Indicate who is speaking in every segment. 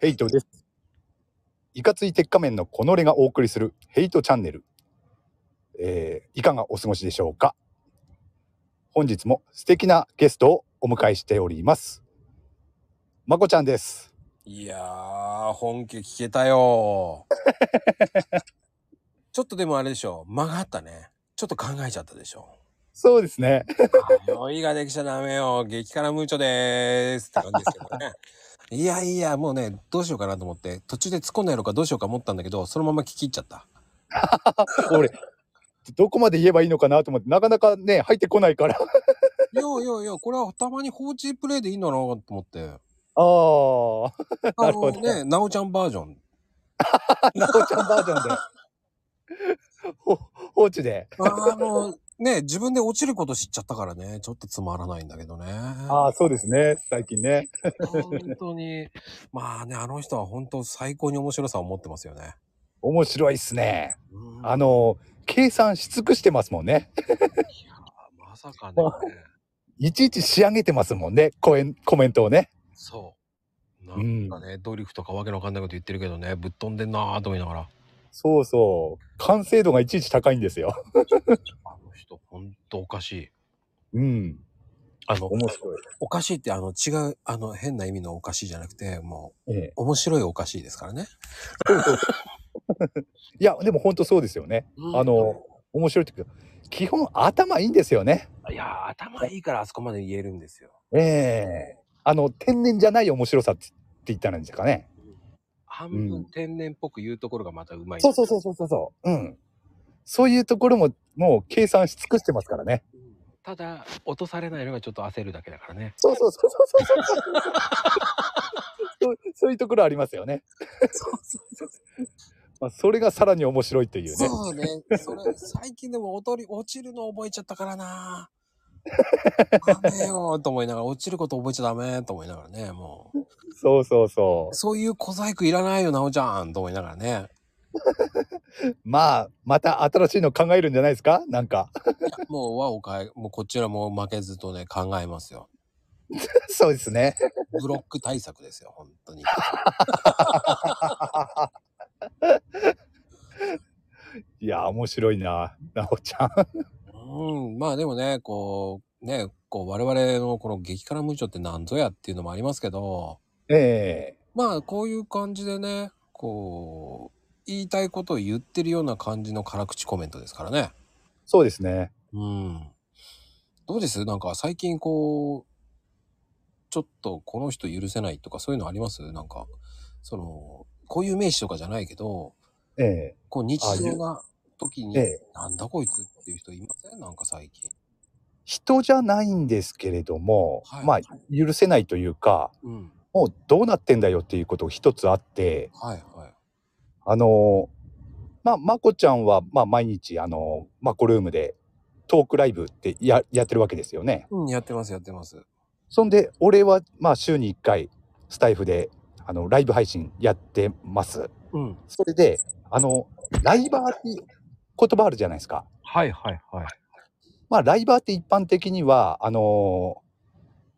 Speaker 1: ヘイトです。いかつい鉄仮面のこのれがお送りするヘイトチャンネル。えーいかがお過ごしでしょうか本日も素敵なゲストをお迎えしております。まこちゃんです。
Speaker 2: いやー、本家聞けたよ ーちょっとでもあれでしょ、間があったね。ちょっと考えちゃったでしょ。
Speaker 1: そうですね。
Speaker 2: 酔いができちゃダメよ。激辛ムーチョでーす。って感じですけどね。 いやいや、もうね、どうしようかなと思って、途中で突っ込んだやろうかどうしようか思ったんだけど、そのまま聞き入っちゃった。
Speaker 1: 俺、どこまで言えばいいのかなと思って、なかなかね、入ってこないから。あ
Speaker 2: いやいやいや、これはたまに放置プレイでいいんだなと思って。
Speaker 1: あ、 な
Speaker 2: あ
Speaker 1: るほ
Speaker 2: の
Speaker 1: ど
Speaker 2: ね、なおちゃんバージョン。
Speaker 1: なおちゃんバージョン で。ほ放置で。
Speaker 2: あの、ね、自分で落ちること知っちゃったからね、ちょっとつまらないんだけどね。
Speaker 1: ああ、そうですね。最近ね。
Speaker 2: 本当に。まあね、あの人は本当最高に面白さを持ってますよね。
Speaker 1: 面白いっすね。
Speaker 2: うん
Speaker 1: あの、計算し尽くしてますもん ね。
Speaker 2: まさかね。
Speaker 1: いちいち仕上げてますもんね。コメンコメントをね。
Speaker 2: そう。な
Speaker 1: うん
Speaker 2: んかね、ドリフとかわけのわかんないこと言ってるけどね、ぶっ飛んでんなぁと思いながら。
Speaker 1: そうそう。完成度がいちいち高いんですよ。
Speaker 2: あの人、本当おかしい。
Speaker 1: うん。
Speaker 2: あの、
Speaker 1: 面白い。
Speaker 2: おかしいって、あの、違う、あの、変な意味のおかしいじゃなくて、もう、
Speaker 1: ええ、
Speaker 2: 面白いおかしいですからね。
Speaker 1: いや、でも本当そうですよね。あの、面白いっていうか基本頭いいんですよね。
Speaker 2: いやー、頭いいからあそこまで言えるんですよ。
Speaker 1: ええあの、天然じゃない面白さって言ったらいいんですかね。
Speaker 2: 半
Speaker 1: う
Speaker 2: 分
Speaker 1: ん
Speaker 2: 天然っぽく言うところがまたうまい。
Speaker 1: そうそうそうそうそうそう。うん。そういうところも、もう計算し尽くしてますからね。
Speaker 2: うんただ、落とされないのがちょっと焦るだけだからね。
Speaker 1: そうそうそうそう そうそうそう。そういうところありますよね。まあ、それがさらに面白いというね。
Speaker 2: そうね。それ、最近でもおとり、落ちるの覚えちゃったからな。ダメよと思いながら、落ちること覚えちゃダメと思いながらね、もう。
Speaker 1: そうそうそ
Speaker 2: そういう小細工いらないよ、なおちゃんと思いながらね。
Speaker 1: う。まあ、また新しいの考えるんじゃないですかなんか。
Speaker 2: もう、和を変え、もうこちらも負けずとね、考えますよ。
Speaker 1: そうですね。
Speaker 2: ブロック対策ですよ、本当に。
Speaker 1: いや、面白いな、なおちゃん。
Speaker 2: うん、まあでもね、こう、ね、こう、我々のこの激辛ムーチョって何ぞやっていうのもありますけど、
Speaker 1: ええ
Speaker 2: まあこういう感じでねこう言いたいことを言ってるような感じの辛口コメントですからね
Speaker 1: そうですね。
Speaker 2: うんどうですなんか最近こうちょっとこの人許せないとかそういうのありますなんかそのこういう名詞とかじゃないけど
Speaker 1: ええ
Speaker 2: こう日常な時に、
Speaker 1: ええ
Speaker 2: なんだこいつっていう人いませんなんか最近
Speaker 1: 人じゃないんですけれども、
Speaker 2: はい
Speaker 1: まあ、許せないというか、
Speaker 2: うん
Speaker 1: もうどうなってんだよっていうことが一つあって、
Speaker 2: はいはい
Speaker 1: あのまあ、まこちゃんは、まあ、毎日、あのマコルームでトークライブってややってるわけですよね。
Speaker 2: うんやってますやってます
Speaker 1: そんで、俺は、まあ、週に1回、スタイフで、あの、ライブ配信やってます。
Speaker 2: うん
Speaker 1: それで、あの、ライバーって言葉あるじゃないですか。
Speaker 2: はいはいはい
Speaker 1: まあ、ライバーって一般的には、あの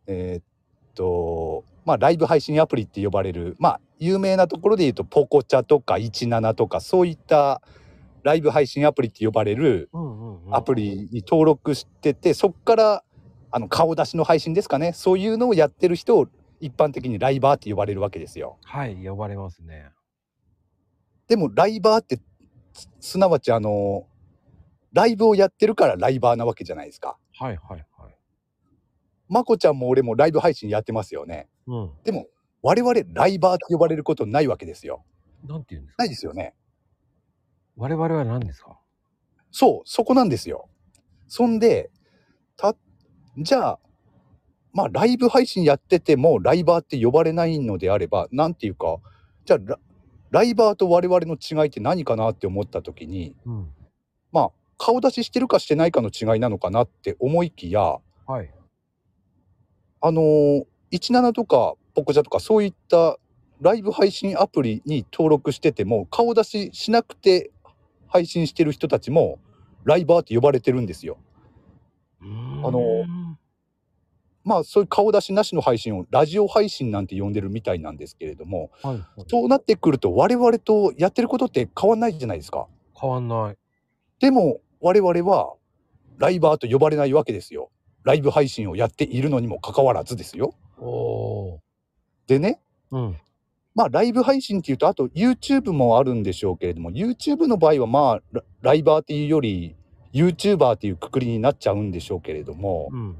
Speaker 1: えーっと、まあ、ライブ配信アプリって呼ばれる、まあ、有名なところで言うと、ポコチャとか17とか、そういったライブ配信アプリって呼ばれる
Speaker 2: うんうん、うん、
Speaker 1: アプリに登録してて、そこから、あの、顔出しの配信ですかね。そういうのをやってる人を一般的にライバーって呼ばれるわけですよ。
Speaker 2: はい呼ばれますね
Speaker 1: でも、ライバーって、すすなわち、あのライブをやってるからライバーなわけじゃないですか。
Speaker 2: はいはいはい
Speaker 1: まこちゃんも俺もライブ配信やってますよね。
Speaker 2: うん
Speaker 1: でも、我々ライバーと呼ばれることないわけですよ。
Speaker 2: なんて言うんですか
Speaker 1: ないですよね。
Speaker 2: 我々は何ですか
Speaker 1: そう、そこなんですよ。そんで、た、じゃあ、まあ、ライブ配信やってても、ライバーって呼ばれないのであれば、なんていうか、じゃあラ、ライバーと我々の違いって何かなって思った時に、
Speaker 2: うん。
Speaker 1: まあ、顔出ししてるかしてないかの違いなのかなって思いきや、
Speaker 2: はい。
Speaker 1: あのー、17とかポコチャとかそういったライブ配信アプリに登録してても顔出ししなくて配信してる人たちもライバーって呼ばれてるんですよ。
Speaker 2: あ
Speaker 1: あの、まあそういう顔出しなしの配信をラジオ配信なんて呼んでるみたいなんですけれども
Speaker 2: はいはい。
Speaker 1: そうなってくると我々とやってることって変わんないじゃないですか。
Speaker 2: 変わんない。
Speaker 1: でも我々はライバーと呼ばれないわけですよ。ライブ配信をやっているのにもかかわらずですよ。
Speaker 2: おー。
Speaker 1: でね
Speaker 2: うん。
Speaker 1: まあライブ配信っていうとあと YouTube もあるんでしょうけれども YouTube の場合はまあラライバーっていうより YouTuber っていうくくりになっちゃうんでしょうけれども
Speaker 2: うん。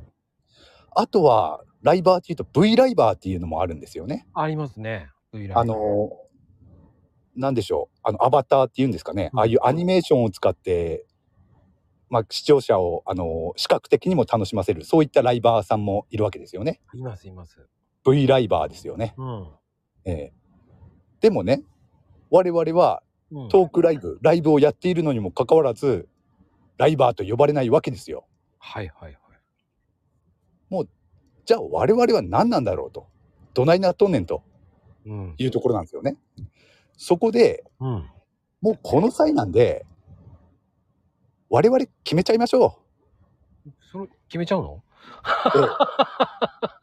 Speaker 1: あとはライバーっていうと V ライバーっていうのもあるんですよね。
Speaker 2: ありますね。V ライブ
Speaker 1: あのなんでしょうあのアバターっていうんですかね、
Speaker 2: うん
Speaker 1: ああいうアニメーションを使って、まあ、視聴者をあの視覚的にも楽しませるそういったライバーさんもいるわけですよね。
Speaker 2: いますいます。
Speaker 1: V ライバーですよね。
Speaker 2: うん。
Speaker 1: ええでもね我々は
Speaker 2: うん、
Speaker 1: トークライブライブをやっているのにもかかわらずライバーと呼ばれないわけですよ
Speaker 2: はいはいはい。
Speaker 1: じゃあ我々は何なんだろうとどないなっとんねんと
Speaker 2: うん。
Speaker 1: いうところなんですよねそこで
Speaker 2: うん。
Speaker 1: もうこの際なんで我々決めちゃいましょ
Speaker 2: それ、決めちゃうの
Speaker 1: うええ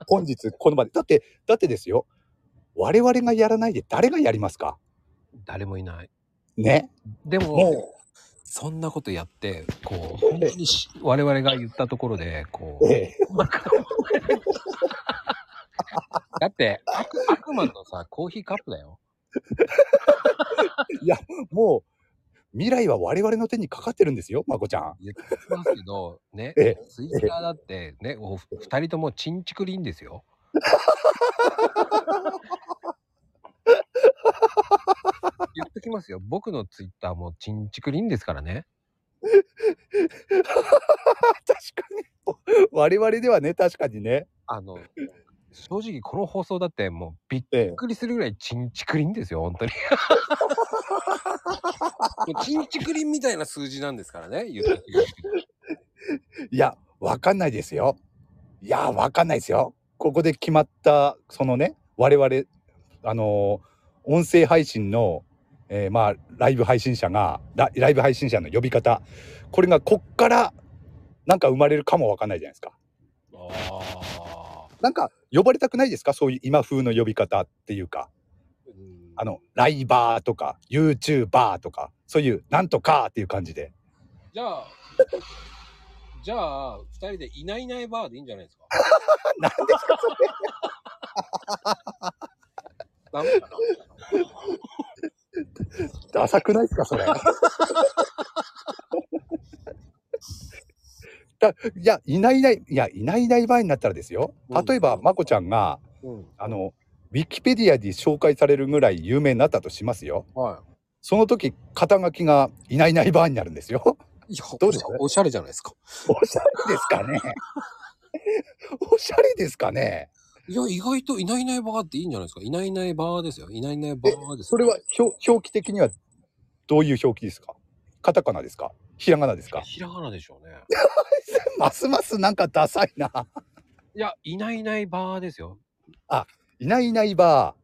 Speaker 1: 本日この場でだってだってですよ我々がやらないで誰がやりますか
Speaker 2: 誰もいない。
Speaker 1: ね
Speaker 2: でも、
Speaker 1: も
Speaker 2: そんなことやって、こう、本当にし我々が言ったところで、こ
Speaker 1: う、
Speaker 2: う、
Speaker 1: ええ
Speaker 2: だって、悪悪魔のさ、コーヒーカップだよ。
Speaker 1: もう未来は我々の手にかかってるんですよまこちゃん
Speaker 2: 言ってますけど、ね
Speaker 1: ええ、
Speaker 2: ツイッターだって、ね、お二人ともチンチクリンですよ。言っときますよ。僕のツイッターもチンチクリンですからね。
Speaker 1: 確かに我々ではね確かにね
Speaker 2: あの、正直この放送だってもうびっ
Speaker 1: ええ
Speaker 2: くりするぐらいチンチクリンですよ、本当 に。もうチンチクリンみたいな数字なんですからね、言ってきますけど
Speaker 1: いや、わかんないですよ。いや、わかんないですよ。ここで決まった、そのね、我々、あのー音声配信の、えーまあ、ライブ配信者がラ、ライブ配信者の呼び方、これがこっから、なんか生まれるかもわかんないじゃないですか。
Speaker 2: ああ。
Speaker 1: なんか、呼ばれたくないですかそういう今風の呼び方っていうか、あの、ライバーとか、YouTuber とか、そういう、なんとかっていう感じで。
Speaker 2: じゃあ、じゃあ、二人でいないいないバーでいいんじゃないですか
Speaker 1: なんですか、それ。
Speaker 2: ダメかな
Speaker 1: ダサくないですかそれ。 だいやいないいないいやいないいない場合になったらですよ
Speaker 2: うん
Speaker 1: 例えばまこちゃんが
Speaker 2: うん。
Speaker 1: あのウィキペディアで紹介されるぐらい有名になったとしますよ
Speaker 2: は
Speaker 1: その時肩書きがいないいない場合になるんですよ
Speaker 2: い。いや、
Speaker 1: どうですか
Speaker 2: おしゃれじゃないですか。
Speaker 1: おしゃれですかね おしゃれですかね
Speaker 2: いや、意外といないいないバーっていいんじゃないですか。いないいないバーですよ。いないいないバーですよ。
Speaker 1: それは表表記的にはどういう表記ですかカタカナですかひらがなですか
Speaker 2: ひらがなでしょうね。
Speaker 1: ますますなんかダサいない
Speaker 2: や、いないいないバーですよ。
Speaker 1: いないいないば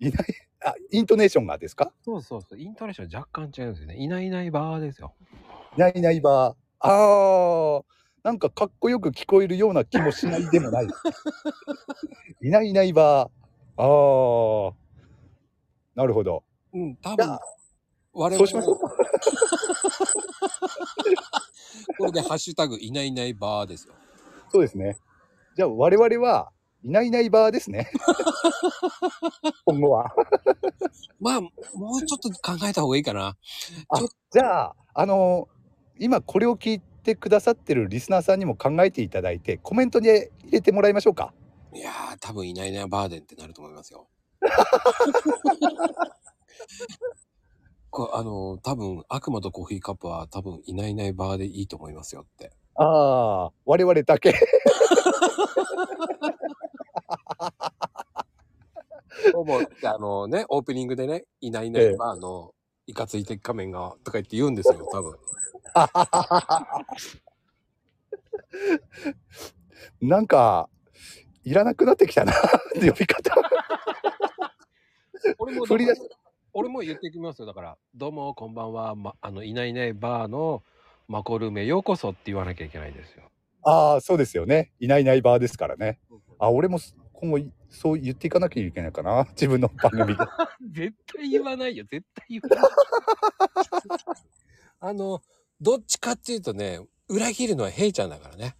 Speaker 1: ー。いない、あ、イントネーションがですか
Speaker 2: そうそうそう。イントネーション若干違うんですよね。いないいないバーですよ。
Speaker 1: いないいないばー。あー、なんかかっこよく聞こえるような気もしないでもない。いないいないばー。あー。なるほど。
Speaker 2: うん、多
Speaker 1: い
Speaker 2: 分
Speaker 1: や。
Speaker 2: 我
Speaker 1: そう
Speaker 2: 々
Speaker 1: しましょう
Speaker 2: も。これでハッシュタグいないいないバーですよ。
Speaker 1: そうですね。じゃあ我々は、いないいないばーですね。今後は。
Speaker 2: まあ、もうちょっと考えた方がいいかな。
Speaker 1: じゃあ、あのー今これを聞いてくださってるリスナーさんにも考えていただいて、コメントで入れてもらいましょうか。
Speaker 2: いやー、多分いないいないバーデンってなると思いますよ。 こあのー、多分悪魔とコーヒーカップは多分いないいないバーでいいと思いますよって。
Speaker 1: ああ、我々だけ。
Speaker 2: もう、あのね、オープニングでね、いないいないバーのいかつい鉄仮面がとか言って言うんですよ、多分。
Speaker 1: なんか、いらなくなってきたな、呼び方。
Speaker 2: 俺もだか
Speaker 1: 振
Speaker 2: ら
Speaker 1: り出し
Speaker 2: 俺も言ってきますよだから「どうもこんばんは、ま、あのいないいないバーのマコルメようこそ」って言わなきゃいけないですよ
Speaker 1: ああ、そうですよね。いないいないバーですからね。
Speaker 2: あ
Speaker 1: あ、俺もす今後いそう言っていかなきゃいけないかな。自分の番組で。
Speaker 2: 絶対言わないよ、絶対言わない。 あの、どっちかっていうとね、裏切るのはヘイちゃんだから ね。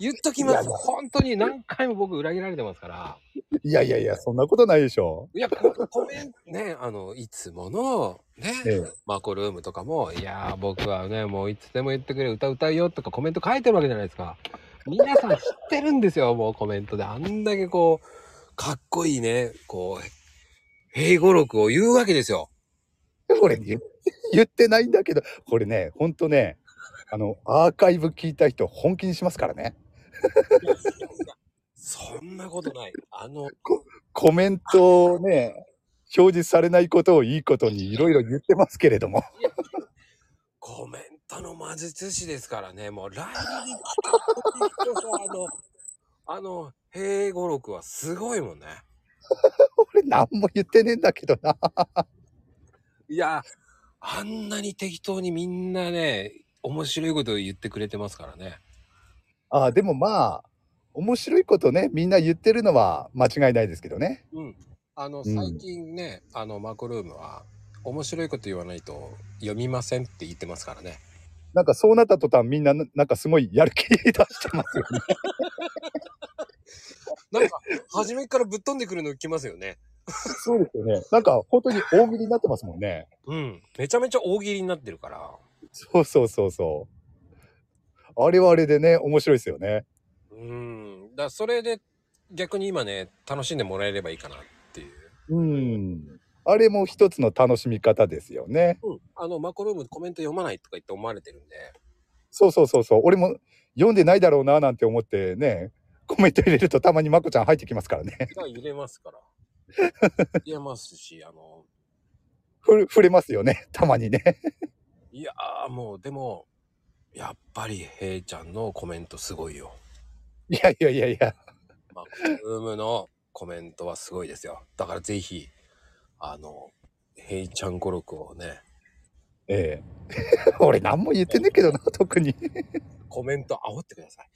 Speaker 2: 言っときま
Speaker 1: いやい
Speaker 2: す。
Speaker 1: や
Speaker 2: 本当に何回も僕裏切られてますから。
Speaker 1: いやいやいや、そんなことないでしょ。
Speaker 2: いや、こ コメントね、あの、いつもの、ね、
Speaker 1: え
Speaker 2: マコルームとかも、いやー、僕はね、もういつでも言ってくれ、歌歌うよとかコメント書いてるわけじゃないですか。皆さん知ってるんですよ、もうコメントで。あんだけこう、かっこいいね、こう、平語録を言うわけですよ。
Speaker 1: え。これ言って言ってないんだけど、これね、ほんとね、あの、アーカイブ聞いた人本気にしますからね。
Speaker 2: そんなことない。あの、
Speaker 1: コメントをね、表示されないことをいいことにいろいろ言ってますけれども。
Speaker 2: コメントの魔術師ですからね、もう、ライブに来た時こそ、あの、あの、平語録はすごいもんね。
Speaker 1: 俺何も言ってねえんだけどな。
Speaker 2: いや、あんなに適当にみんなね、面白いことを言ってくれてますからね。
Speaker 1: ああ、でもまあ、面白いことね、みんな言ってるのは間違いないですけどね。
Speaker 2: うん。あの、
Speaker 1: うん
Speaker 2: 最近ね、あの、マコルームは、面白いこと言わないと読みませんって言ってますからね。
Speaker 1: なんかそうなった途端みんなななんかすごいやる気出してますよね。
Speaker 2: なんか、初めからぶっ飛んでくるの来ますよね。
Speaker 1: そうですよね。なんか本当に大喜利になってますもんね。
Speaker 2: うん。めちゃめちゃ大喜利になってるから。
Speaker 1: そうそうそうそう。あれはあれでね、面白いですよね。
Speaker 2: うん。だからそれで、逆に今ね、楽しんでもらえればいいかなっていう。
Speaker 1: うん。あれも一つの楽しみ方ですよね。
Speaker 2: うん。あの、マコルームコメント読まないとか言って思われてるんで。
Speaker 1: そうそうそうそう。俺も読んでないだろうななんて思ってね、コメント入れるとたまにまこちゃん入ってきますからね。
Speaker 2: が入れますから。入れますし、あの、
Speaker 1: ふれ触れますよね。たまにね。
Speaker 2: いやーもうでもやっぱりヘイちゃんのコメントすごいよ。
Speaker 1: いやいやいやいや。
Speaker 2: マックルームのコメントはすごいですよ。だからぜひあのヘイちゃん語録をね
Speaker 1: え え。俺何も言ってねえけどな、特に。
Speaker 2: コメント煽ってください。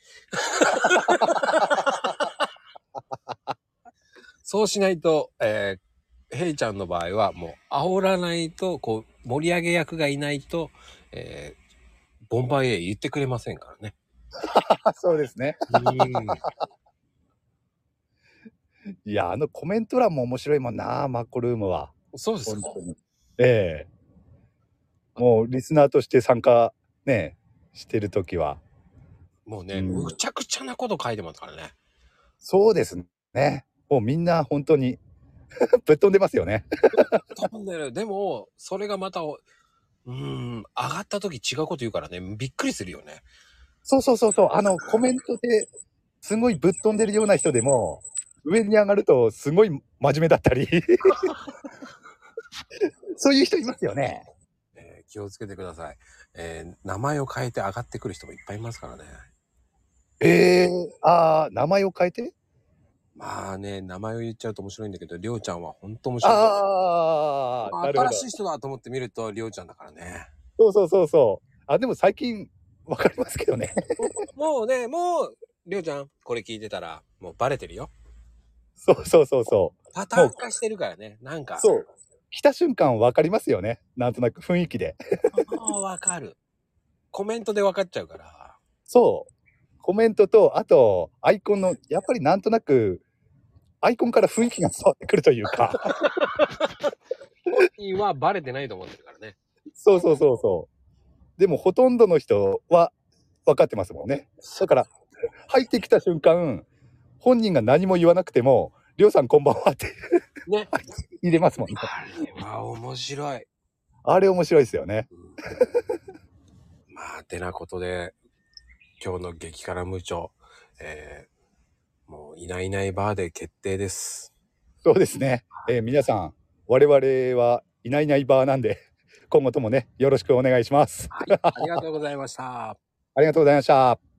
Speaker 2: そうしないと、えー、ヘイちゃんの場合はもう煽らないとこう盛り上げ役がいないと、えーボンバイエ言ってくれませんからね。
Speaker 1: あそうですね。
Speaker 2: うん
Speaker 1: いや、あのコメント欄も面白いもんな、マッコルームは。
Speaker 2: そうですよ
Speaker 1: 本。当に。ええもうリスナーとして参加ね、してるときは。
Speaker 2: もうね、
Speaker 1: うん
Speaker 2: むちゃくちゃなこと書いてますからね。
Speaker 1: そうですね。もうみんな本当に ぶっ飛んでますよね。
Speaker 2: 飛んでる。でも、それがまたお、うーん、上がった時違うこと言うからね、びっくりするよね。
Speaker 1: そうそうそうそう。あのコメントですごいぶっ飛んでるような人でも、上に上がるとすごい真面目だったり。 そういう人いますよね。
Speaker 2: えー気をつけてください。えー名前を変えて上がってくる人もいっぱいいますからね。
Speaker 1: ええああ、名前を変えて
Speaker 2: まあね、名前を言っちゃうと面白いんだけど、りょうちゃんは本当面白い。
Speaker 1: ああ、なるほ
Speaker 2: 新
Speaker 1: ど。
Speaker 2: しい人だと思って見ると、りょうちゃんだからね。
Speaker 1: そうそうそうそう。あ、でも最近わかりますけどね。
Speaker 2: もうね、もう、りょうちゃん、これ聞いてたら、もうバレてるよ。
Speaker 1: そうそうそうそう。
Speaker 2: パターン化してるからね、なんか。
Speaker 1: そう来た瞬間わかりますよね。なんとなく雰囲気で。
Speaker 2: もうわかる。コメントでわかっちゃうから。
Speaker 1: そう。コメントと、あと、アイコンの、やっぱりなんとなく、アイコンから雰囲気が伝わってくるというか。
Speaker 2: 本人はバレてないと思ってるからね。
Speaker 1: そうそうそうそう。でもほとんどの人は分かってますもんね。だから、入ってきた瞬間、本人が何も言わなくても、りょうさんこんばんはって
Speaker 2: ね。
Speaker 1: 入れますもんね。
Speaker 2: あれは面白い。
Speaker 1: あれ面白いですよね。
Speaker 2: まあ、てなことで、今日の激辛無調、えー、もういないいないバーで決定 です。
Speaker 1: そうですね。えー皆さん、我々はいないいないバーなんで、今後ともね、よろしくお願いします。
Speaker 2: はい。ありがとうございました。
Speaker 1: ありがとうございました。